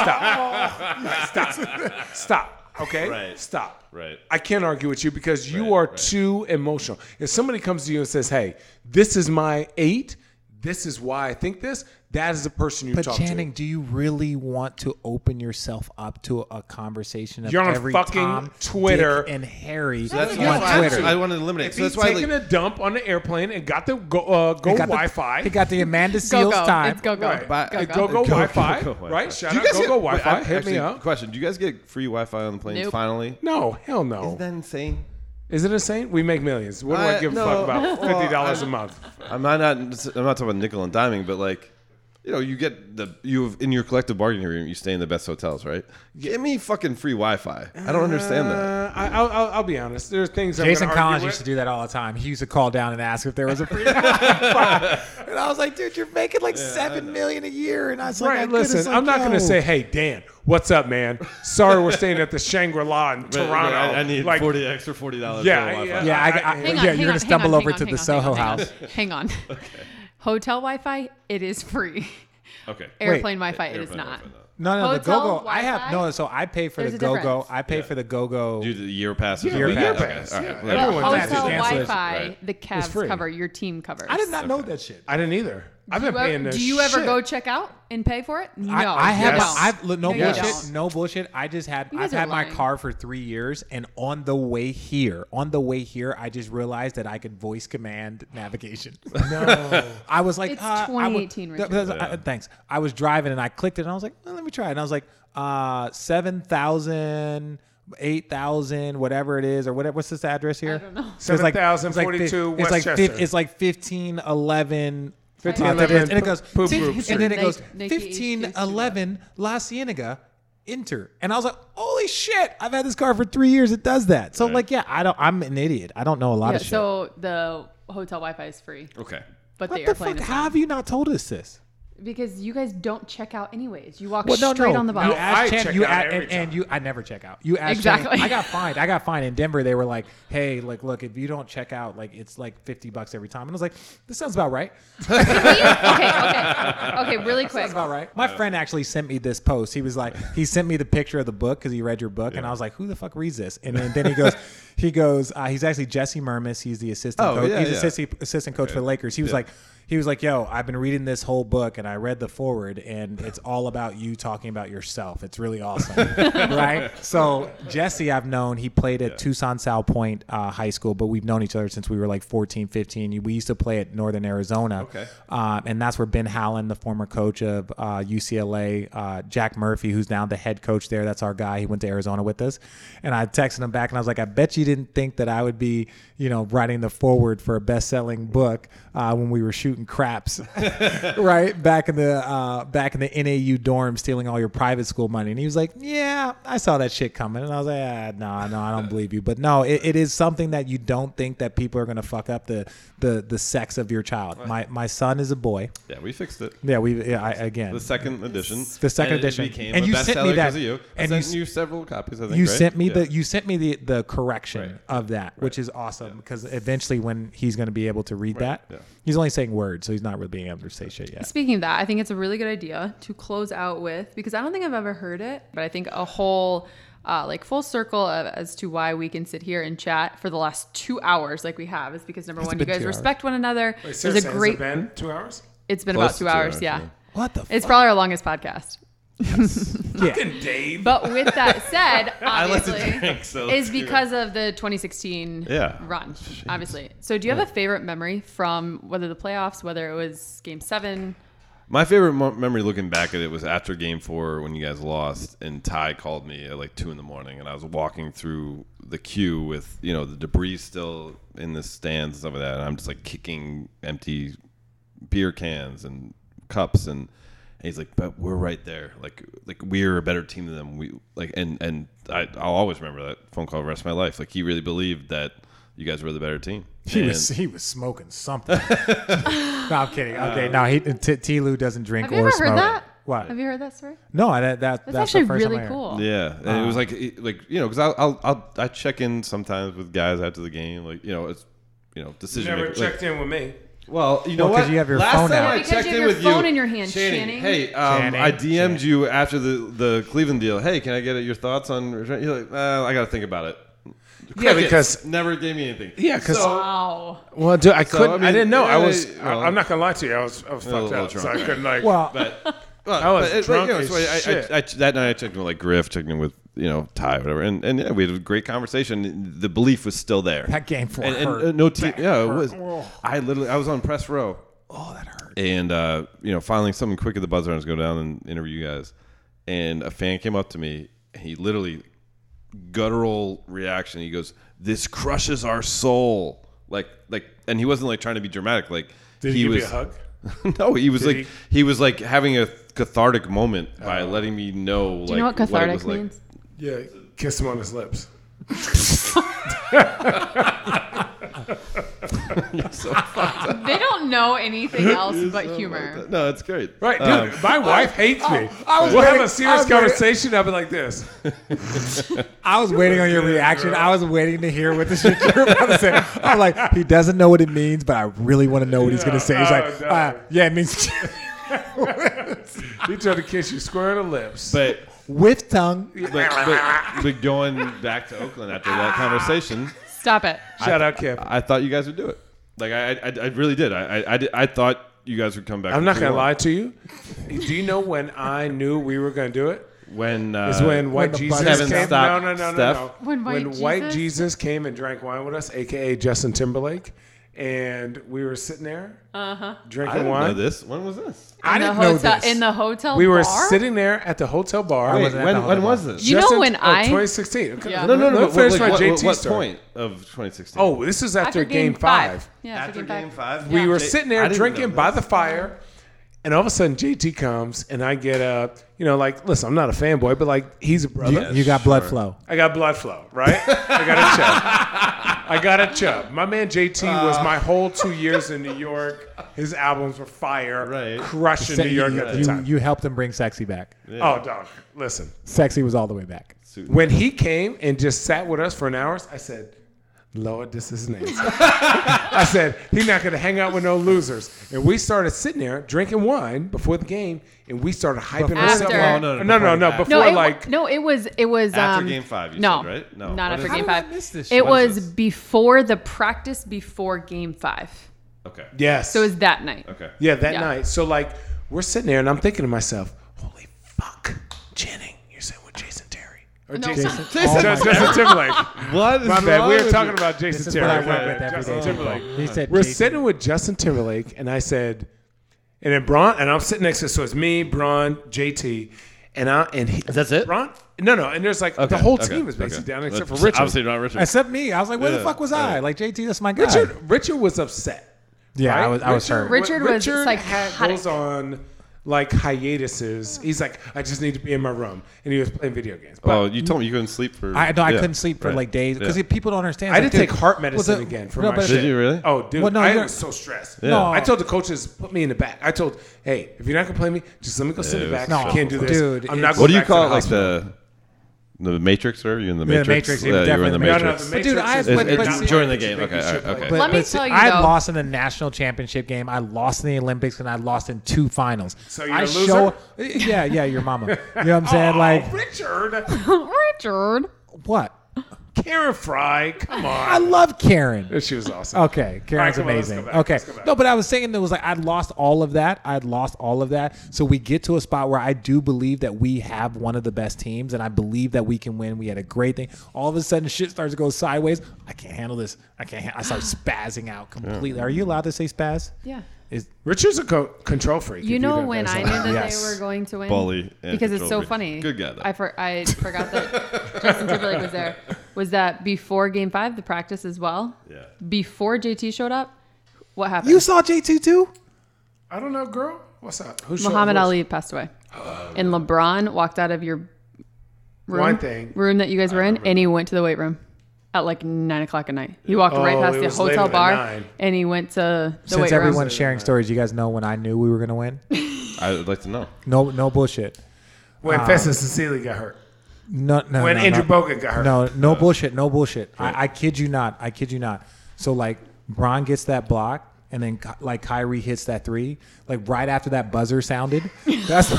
stop. stop. Stop. Okay? Right. Stop. Right. I can't argue with you because you Right, are right. too emotional. If somebody comes to you and says, hey, this is my eight, this is why I think this, that is the person you But talk Channing, to. do you really want to open yourself up to a conversation of You're on every fucking Tom, Twitter. Dick, and Harry That's, on that's why I- Twitter? I wanted to eliminate. If so he's that's why taking like, a dump on the airplane and got the go, uh, go He got the- Wi-Fi. He got the Amanda Go Seals go. time. It's go go. Right. Go Go go Wi-Fi. Go-Go Wi-Fi. Right? Shout Do out go go wait, Wi-Fi. I- Hit actually, me up. Question: Do you guys get free Wi-Fi on the planes Nope. finally? No, hell no. Isn't that insane? Is it insane? We make millions. What do Uh, I give a no. fuck about? Well, Fifty dollars a I- month. I'm not, not I'm not talking about nickel and diming, but like, you know, you get the you have in your collective bargaining agreement, you stay in the best hotels, right? Give me fucking free Wi-Fi. I don't understand that. Uh, I, I'll, I'll, I'll be honest. There's things I'm Jason gonna argue Collins with. used to do that all the time. He used to call down and ask if there was a free And I was like, dude, you're making like seven million a year. And I was like, Right, I could've listen, said I'm not going no. to say, hey, Dan, what's up, man? Sorry we're staying at the Shangri La in But- but Toronto. I, I need like, forty extra forty dollars. Yeah, for yeah. Wi-Fi. Yeah, I, I, Hang yeah, on, you're hang gonna on, stumble hang on, over hang to on, the hang on, Soho hang on. House. Hang on. Hotel Wi-Fi, it is free. Okay. Airplane Wi-Fi, it is Airplane not. Wi-Fi, no. No, no, the Hotel GoGo. I have Wi-Fi? no. So I pay for There's the a GoGo. difference. I pay for the GoGo. Do the year pass. Yeah, or year something. pass. Okay, Pass, all yeah. right, Yeah. whatever. Everyone Hotel has to cancel it. Wi-Fi, Right. the Cavs free. cover, your team covers. I did not know that shit. I didn't either. I've been Do you paying ever, this do you ever shit. go check out and pay for it? No, I, I have. you Yes. don't. I've look, no No, you bullshit. don't. No bullshit. I just had. You I've guys are had my lying. car for three years, and on the way here, on the way here, I just realized that I could voice command navigation. No, I was like, It's uh, I would- 2018, Richard. th- th- I- thanks. I was driving and I clicked it, and I was like, well, let me try it. And I was like, uh, seven thousand. 8,000, whatever it is, or whatever. What's this address here? I don't know. 7,042 it's like, fif- Westchester. it's like 1511 1511 and it goes poop "Fif- group and then it street. goes Nike- Nike 1511 La Cienega Inter and I was like holy shit I've had this car for 3 years it does that so like yeah I don't I'm an idiot I don't know a lot Yeah, of shit so the hotel Wi-Fi is free, Okay. but the what the airplane fuck is how have you not told us this because you guys don't check out anyways. You walk well, no, straight no. on the You bus. I asked Chan- check you out asked- every and, and you, I never check out. You asked Exactly. Chan- I got fined. I got fined in Denver. They were like, "Hey, like, look, if you don't check out, like, it's like fifty bucks every time." And I was like, "This sounds about right." okay, okay, okay. Really quick. That's about right. My friend actually sent me this post. He was like, he sent me the picture of the book because he read your book, and I was like, who the fuck reads this? And then, then he goes, he goes, uh, he's actually Jesse Mermis. He's the assistant. Oh, coach. yeah, he's yeah. assistant assistant coach for the Lakers. He was like, he was like, yo, I've been reading this whole book, and I read the forward, and it's all about you talking about yourself. It's really awesome, right? So Jesse, I've known. He played at Tucson South Point uh, High School, but we've known each other since we were like 14, 15. We used to play at Northern Arizona. Okay. Um, and that's where Ben Hallen, the former coach of uh, UCLA, uh, Jack Murphy, who's now the head coach there, that's our guy. He went to Arizona with us. And I texted him back and I was like, I bet you didn't think that I would be, you know, writing the forward for a best selling book uh, when we were shooting craps, right? Back in the uh, back in the NAU dorm, stealing all your private school money. And he was like, Yeah, I saw that shit coming. And I was like, ah, No, no, I don't believe you. But no, it, it is something that you don't think that people are going to fuck up the, the, the sex of your child. My, my son is a boy. Yeah, we fixed it. Yeah, we yeah, I, again. The second edition. The second and edition. It became And a you bestseller sent me that- because of you. I and you sent s- you, several copies. I think you right? sent me Yeah. the you sent me the the correction Right. of that, which is awesome because eventually when he's going to be able to read that, Yeah. he's only saying words, so he's not really being able to say shit yet. Speaking of that, I think it's a really good idea to close out with because I don't think I've ever heard it, but I think a whole uh, like full circle of, as to why we can sit here and chat for the last two hours like we have is because number one, you been guys two hours. respect one another. Seriously, There's has a it great. been two hours? It's been Close about to two, two hours, hours, yeah. yeah. What the? It's probably our longest podcast. yeah. Dave. But with that said, I like to obviously, drink, so is let's do it. because of the 2016 Yeah. run, obviously. So, do you have a favorite memory from whether the playoffs, whether it was Game Seven? My favorite mo- memory looking back at it was after Game Four when you guys lost, and Ty called me at like two in the morning, and I was walking through the queue with you know the debris still in the stands and stuff like that, and I'm just like kicking empty beer cans and cups, and, and he's like, "But we're right there, like like we're a better team than them." We like, and and I, I'll always remember that phone call the rest of my life. Like he really believed that you guys were the better team. He was And- he was smoking something. no, I'm kidding. Okay, no, he T, T. Lou doesn't drink Have you or ever smoke. heard that? What? Have you heard that story? no, that, that that's, That's, the actually first time I really heard. cool. Yeah, and it Um, was like it- like you know because I'll, I'll I'll I check in sometimes with guys after the game like you know it's you know decision Never making. checked in with me. well, you know Well, 'cause what? you have your Last phone time out. I Yeah, because checked you in have your with phone you, in your hand, Channing. Hey, um, Channing. I DM'd you after the the Cleveland deal. Hey, can I get your thoughts on? You're like, uh, I got to think about it. Yeah, Crickets. because- never gave me anything. Yeah, because Wow. well, dude, I couldn't. I, I mean, didn't know. I yeah, was. you I, know. I'm not gonna lie to you. I was. I was little- fucked up, little so I drunk, couldn't like. Well, But well, I was but, drunk but, you know, as so I- I- shit. I, I- that night I checked in with like Griff, checked in with you know Ty, whatever, and and yeah, we had a great conversation. The belief was still there. That game floor and, and, hurt. uh, no team. That Yeah, it hurt. was. Oh. I literally I was on press row, Oh, that hurt. and uh, you know finally something quick at the buzzer. I was going down and interview you guys, and a fan came up to me. And he literally guttural reaction. He goes, "This crushes our soul." Like like, and he wasn't like trying to be dramatic. Like Did he he give was you a hug? no, he was like he? Oh. he? was like having a cathartic moment by letting me know. like, Do you know what it cathartic was like. means? Yeah, kiss him on his lips. They don't know anything else but humor. No, it's great. Right, dude. Um, my wife hates me. I was we'll have ready- a serious I was ready- conversation. I'll be like this. I was waiting on your reaction. I was waiting to hear what the shit you were about to say. I'm like, he doesn't know what it means, but I really want to know what he's gonna say. He's Oh, like, no. uh, yeah, it means He tried to kiss you square on the lips. but, with tongue. but but but going back to Oakland after that conversation, Stop it. Shout out, Kevin. I thought you guys would do it. Like I I, I really did. I, I I did- I thought you guys would come back. I'm with not gonna 3-1. lie to you. Do you know when I knew we were gonna do it? When uh, Is when White the Jesus Kevin came. stopped no, no, no, Steph. no, no. When White Jesus? Jesus came and drank wine with us, aka Justin Timberlake, and we were sitting there Uh-huh. I drinking didn't know wine. this. When was this? I In the didn't know hotel. this. In the hotel. We were bar? sitting there at the hotel bar. Wait, wasn't at the when when hotel was this? You know Justin- when oh, I- 2016. Okay. Yeah. no, no, no. Let no me finish what, my what, JT what story. point of 2016? Oh, this is after, after game, five. Yeah, after, game, five. We Yeah. were Jay- sitting I there didn't drinking know by this. the fire, and all of a sudden JT comes, and I get up. You know, like, listen, I'm not a fanboy, but like, he's a brother. You, you got blood flow. I got blood flow, right? I got a chub. I got a chub. My man JT was my whole two years in New York. His albums were fire, Right. crushing New York at the you, time. you helped him bring sexy back. Oh, dog, listen. Sexy was all the way back. When he came and just sat with us for an hour, I said, Lord, this is nasty. I said, he's not going to hang out with no losers. And we started sitting there drinking wine before the game, and we started hyping After. ourselves Well, up. no, no, no, no, before no, that. before No, it, like, like, no, it was it was After um, game five, you no, said, right? No. not What after is game it? five. I missed this shit? it What is was this? before the practice before game five. Okay. yes. So it was that night. Okay. Yeah, that Yeah. night. So like we're sitting there and I'm thinking to myself, holy fuck, Channing, you're sitting with Jason Terry. Or No. Jason, Oh my Justin God. Timberlake. What is My bad. We were wrong talking with about Jason This is Terry. what I My work bad. with every Justin day. Timberlake. He said, We're "Jason, sitting with Justin Timberlake and I said, and then Braun, and I'm sitting next to so it's me, Braun, JT, and I and he, That's it? Braun? No, no, and there's like Okay, the whole okay, team is basically okay. down except for That's Richard. Obviously not Richard. Except me. I was like, where the Yeah, fuck was I? Like, JT, that's my guy. Richard Richard was upset. Yeah, right? I was, I was hurt. Richard was Richard had, psychotic. goes on like hiatuses. He's like, I just need to be in my room, and he was playing video games. But oh, you told me you couldn't sleep for. I no, I yeah, couldn't sleep for right. like days because Yeah. people don't understand. I It's didn't like, take heart dude, medicine well, the- again for no, my but- shit. Did you really? Oh, dude, Well, no, I you're- was so stressed. Yeah. I told the coaches, put me in the back. I told, hey, if you're not gonna play me, just let me go sit in the it was back. No, I can't do this. dude, I'm not. it's- Going What do you back to call the it? Like hospital. the the Matrix, or you in the Yeah, Matrix? Matrix, yeah, you were in definitely the the Matrix. No, no, the But dude, Matrix I- is but- It's- like but not it's during the making game. you Okay, shit okay. play. But, Let me but see, tell you, I though- lost in the national championship game. I lost in the Olympics, and I lost in two finals. So you're I a loser? yeah, yeah, your mama. You know what I'm saying? Oh, like Richard, Richard. what? Oh, Karen Fry, come I on. love Karen. She was awesome. Okay, Karen's All right, come on, let's amazing. go back, okay, let's go back. no, but I was saying that was like I'd lost all of that. I'd lost all of that. So we get to a spot where I do believe that we have one of the best teams, and I believe that we can win. We had a great thing. All of a sudden, shit starts to go sideways. I can't handle this. I can't. Ha- I start spazzing out completely. Are you allowed to say spaz? Yeah. Is Richard's a co- control freak. if You know don't when I something. knew that Yes. they were going to win? Bully and because it's so control freak. funny. Good guy, though. I, for, I forgot that Justin Timberlake was there. Was that before game five, the practice as well? Yeah. Before JT showed up, what happened? you saw JT too? I don't know, girl. What's up? Who's Muhammad Ali passed away. and LeBron walked out of your room, One thing. room that you guys were in, and he went to the weight room at like nine o'clock at night. He walked right Oh, past it the was later hotel than bar nine. and he went to the Since weight room. everyone's sharing stories, you guys know when I knew we were gonna win. I would like to know. No, no bullshit. When Festus Cecilia got hurt. No, no. When no, Andrew no. Bogut got hurt. No, no bullshit. No bullshit. I, I kid you not. I kid you not. So like, Bron gets that block, and then Ky- like Kyrie hits that three, like right after that buzzer sounded. That's, that's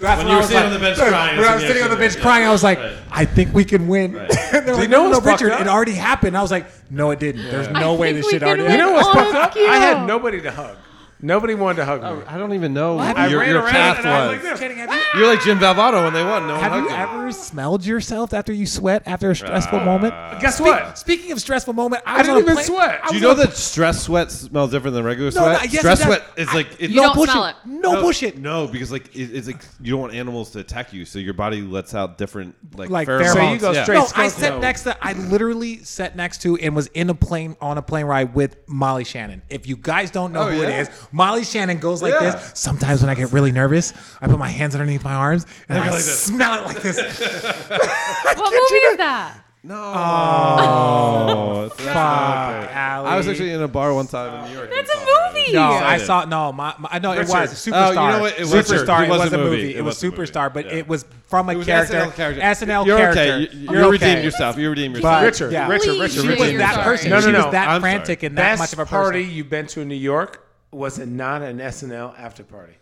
When you were sitting on the bench crying, When I was yeah, sitting on the yeah, bench yeah. crying, I was like, Right. I think we can win. Right. and they're like, know no, no, what's fucked Richard, it up? already happened. I was like, no, it didn't. There's no way think this we shit can already win. You know what's Oh, fucked up? you. I had nobody to hug. Nobody wanted to hug me. I don't even know what I your, ran your around path and I was was. like this. happened. Have you, You're like Jim Valvano when they won. No one have you hugged him. ever smelled yourself after you sweat after a stressful moment? Guess Speak- what? Speaking of stressful moment, I, I was didn't on a even plane- sweat. I Do you was know on a- that stress sweat smells different than regular No, sweat? no, yes, it stress does. sweat is like it's You no don't bullshit. smell it. No, bullshit. No, because like it, it's like you don't want animals to attack you, so your body lets out different like, Like pheromones. pheromones. So you go yeah. straight- No, I skull sat clone. next to. I literally sat next to and was in a plane on a plane ride with Molly Shannon. If you guys don't know Oh, who yeah? it is, Molly Shannon goes like Yeah. this. Sometimes when I get really nervous, I put my hands underneath my arms and I go like this. smell it like this. What movie is that? No. Oh, that's not okay. I was actually in a bar one time in New York. and That's a saw that. movie. No, Excited. I saw no. My, my no, it was Richard. superstar. Oh, you know what? It was- superstar. Richard. It was, a movie. It, was, a movie. superstar, but Yeah. it was from a It was an character. SNL character. SNL You're character. okay. You, you redeemed yourself. You redeemed yourself. But- Richard, Yeah. Richard, Please, Richard, yeah, Richard. She was you're that sorry. person. No, no, she no. was that I'm frantic sorry. and that Best much of a person. party you've been to in New York was it not an SNL after party?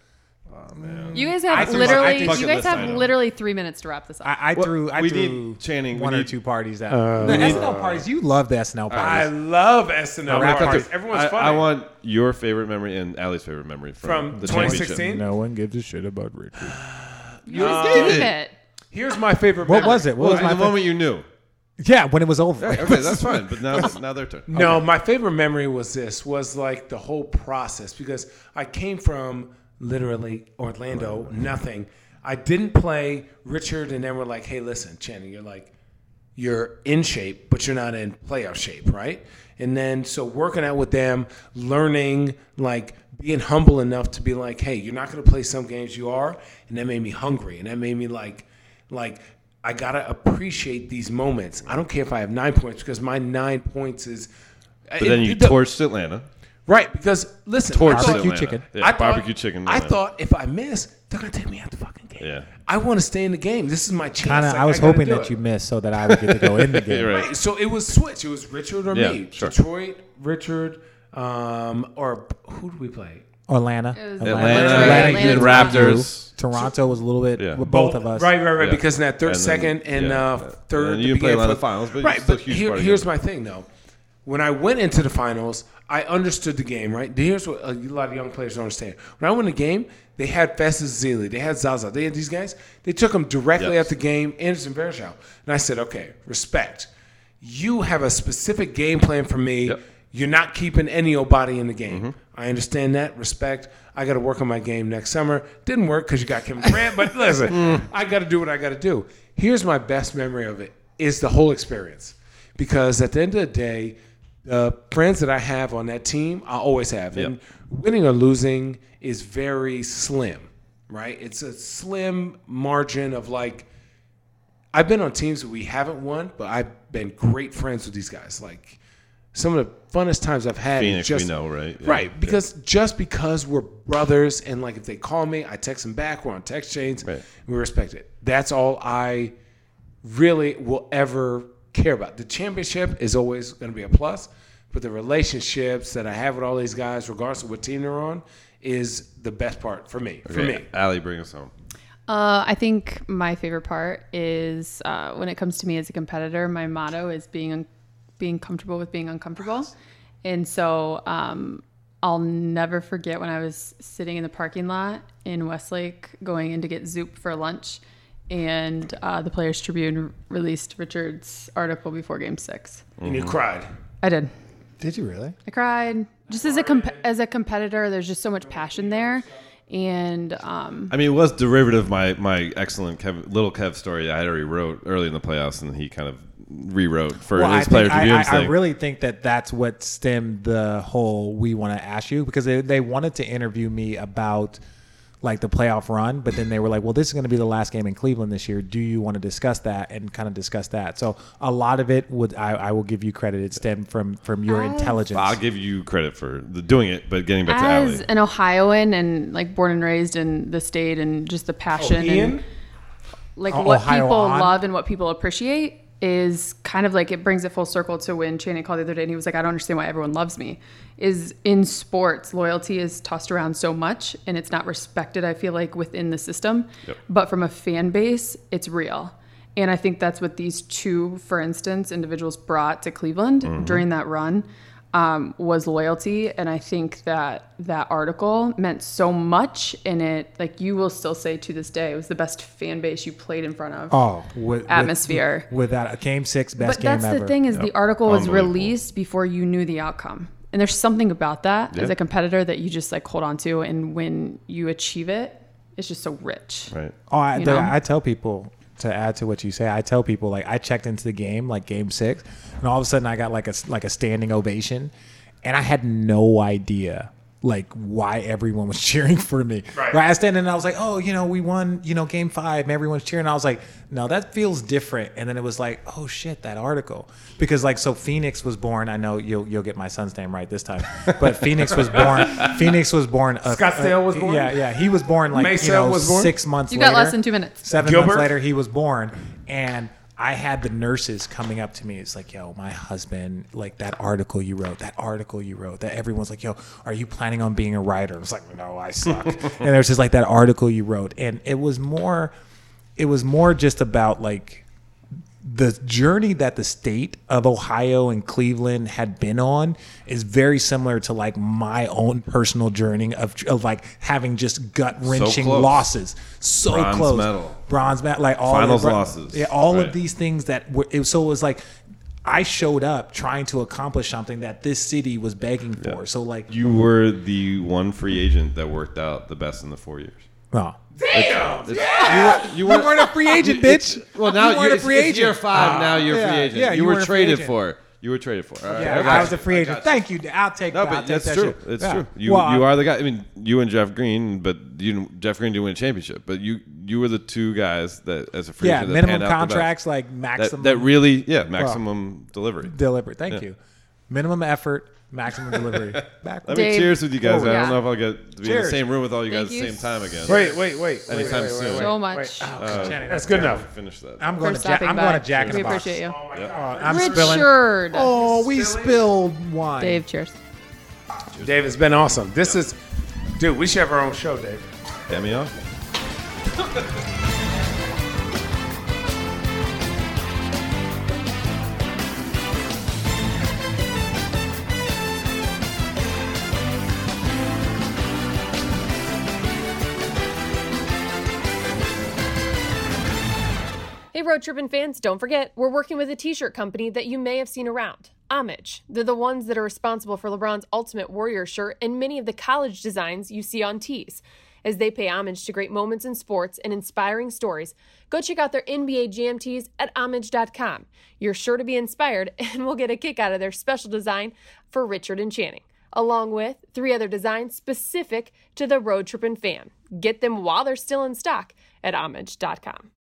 You guys I have think- I literally. think- You Bucket guys list have item. literally three minutes to wrap this up. I, I threw. I we threw need Channing, we one or need- two parties out. the SNL parties. You love the SNL I parties. love SNL wrap up parties. to- Everyone's I, funny. I want your favorite memory and Allie's favorite memory from, From the championship. 2016? no one gives a shit about Richard. you just gave did. it. Here's my favorite. What memory. was it? What Well, was in my the favorite- moment you knew. Yeah, when it was over. Okay, that's fine. But now, now their turn. No, my favorite memory was this was like the whole process because I came from literally Orlando, nothing. I didn't play Richard, and then we're like, hey, listen, Channing, you're like, you're in shape, but you're not in playoff shape, right? And then so working out with them, learning, like being humble enough to be like, hey, you're not gonna play some games you are, and that made me hungry, and that made me like, like I gotta appreciate these moments. I don't care if I have nine points because my nine points is. uh, But then you torched Atlanta. right because listen, I Torched thought- Atlanta. chicken. Yeah, I thought- barbecue chicken. I Atlanta. thought if I miss, they're gonna take me out the fucking game. Yeah. I want to stay in the game. This is my chance. Kinda, Like, I was gotta hoping do that it. you missed so that I would get to go in the game. You're right. Right. So it was switch. It was Richard or Yeah, me. sure. Detroit, Richard, um, or who did we play? Atlanta, was Atlanta, Atlanta, Atlanta, you did Atlanta, two. Raptors. Toronto was a little bit. Yeah. with Both of us. Right, right, right. Yeah. Because in that third, And then- second, and yeah. uh, third, And the you didn't play beginning Atlanta of- finals, but right. it's still But huge here, part of here's it. my thing though. When I went into the finals, I understood the game. Right. Here's what a lot of young players don't understand. When I won the game, they had Festus Zili, they had Zaza, they had these guys. They took them directly Yes. at the game, Anderson Varejao, and I said, okay, respect. You have a specific game plan for me. Yep. You're not keeping any old body in the game. I understand that. Respect. I got to work on my game next summer. Didn't work because you got Kevin Durant, but listen, I got to do what I got to do. Here's my best memory of it is the whole experience. Because at the end of the day, the friends that I have on that team, I always have. And winning or losing is very slim, right? It's a slim margin of like, I've been on teams that we haven't won, but I've been great friends with these guys. Like some of the funnest times I've had. is Phoenix, we just, know, right? Yeah. Yeah. Right, because just because we're brothers, and like if they call me, I text them back. We're on text chains. Right. We respect it. That's all I really will ever care about. The championship is always going to be a plus, but the relationships that I have with all these guys, regardless of what team they're on, is the best part for me. For me, Okay, Allie, bring us home. Uh, I think my favorite part is uh, when it comes to me as a competitor. My motto is being un- being comfortable with being uncomfortable, and so um, I'll never forget when I was sitting in the parking lot in Westlake going in to get Zoop for lunch, and uh, the Players Tribune released Richard's article before Game Six. and Mm-hmm. you cried. I did. Did you really? I cried. Just as a comp- as a competitor, there's just so much passion there, and um, I mean, it was derivative of my my excellent Kev, little Kev story I had already wrote early in the playoffs, and he kind of rewrote for Well, I, his player think, I, tribune I, I thing. really think that that's what stemmed the whole we want to ask you because they, they wanted to interview me about like the playoff run, but then they were like, well, this is going to be the last game in Cleveland this year. Do you want to discuss that and kind of discuss that? So a lot of it would I, I will give you credit. It stemmed from from your Oh. intelligence. I'll give you credit for the, doing it, but getting as back to Allie, an Ohioan and like born and raised in the state and just the passion Ian, and like Oh, what Ohioan? people love and what people appreciate, is kind of like it brings it full circle to when Channing called the other day and he was like, I don't understand why everyone loves me. Is in sports, loyalty is tossed around so much and it's not respected, I feel like, within the system. But from a fan base, it's real. And I think that's what these two, for instance, individuals brought to Cleveland during that run um, was loyalty. And I think that that article meant so much in it. Like you will still say to this day, it was the best fan base you played in front of. Oh, with, with- Atmosphere. without a game six best But game that's ever. the thing is the article was Unbelievable. released before you knew the outcome. And there's something about that as Yeah. a competitor that you just like hold on to and when you achieve it, it's just so rich. Right. Oh, I, you the- know? I tell people to add to what you say. I tell people like I checked into the game like game six, and all of a sudden I got like a like a standing ovation, and I had no idea like why everyone was cheering for me. Right. I stand in and I was like, oh, you know, we won, you know, game five, and everyone's cheering. I was like, no, that feels different. And then it was like, oh shit, that article because like so Phoenix was born. I know you'll you'll get my son's name right this time, but Phoenix was born. Phoenix was born. A, Scottsdale was born? Yeah, yeah, he was born like Mesa you know was born? six months. You got later. less than two minutes. Seven months Gilbert? later, he was born, and I had the nurses coming up to me. It's like, yo, my husband, like that article you wrote, that article you wrote, that everyone's like, yo, are you planning on being a writer? I was like, no, I suck. and there's just like that article you wrote, and it was more, it was more just about like the journey that the state of Ohio and Cleveland had been on is very similar to like my own personal journey of, of like having just gut wrenching close. losses, so Bronze close, medal. bronze medal, like all Finals the, bro- losses. yeah, all Right. of these things that were. It, so it was like I showed up trying to accomplish something that this city was begging for. So like, You were the one free agent that worked out the best in the four years. oh, It's- You, were, weren't a free agent, bitch. Well, now You you weren't are a free agent. Year five. now you're a yeah, free agent. yeah, you you, were weren't a free traded agent. for. You were traded for. All right, Yeah, I got I you. was a free I agent. got you. Thank you. I'll take. No, that. I'll but take that's that true. shit. It's Yeah. true. You Well, you I- are the guy. I mean, you and Jeff Green, but you didn't- Jeff Green didn't win a championship. But you you were the two guys that as a free yeah, agent that minimum panned out the best. contracts, like maximum. That, that really, yeah, maximum delivery. deliberate. Thank you. Minimum effort, maximum delivery. Back. Let Dave. me cheers with you guys. Forward. I don't Yeah. know if I'll get to be in the Cheers. same room with all you guys Thank at the you same time again. Wait, wait, wait. wait, wait, Anytime wait, soon. So wait, wait. Oh, Uh, much. That's good enough. Finish that. I'm for going to jack. stopping I'm by. going to jack in we the box. Oh, appreciate you. I'm spilling. Richard. Oh, we spilled wine. Dave, cheers. Dave, it's been awesome. This is, dude, we should have our own show, Dave. Damn me off. Hey, road tripping fans, don't forget, we're working with a t shirt company that you may have seen around Homage. They're the ones that are responsible for LeBron's Ultimate Warrior shirt and many of the college designs you see on tees. As they pay homage to great moments in sports and inspiring stories, go check out their NBA Jam tees at homage.com. You're sure to be inspired, and we'll get a kick out of their special design for Richard and Channing, along with three other designs specific to the road tripping fan. Get them while they're still in stock at homage.com.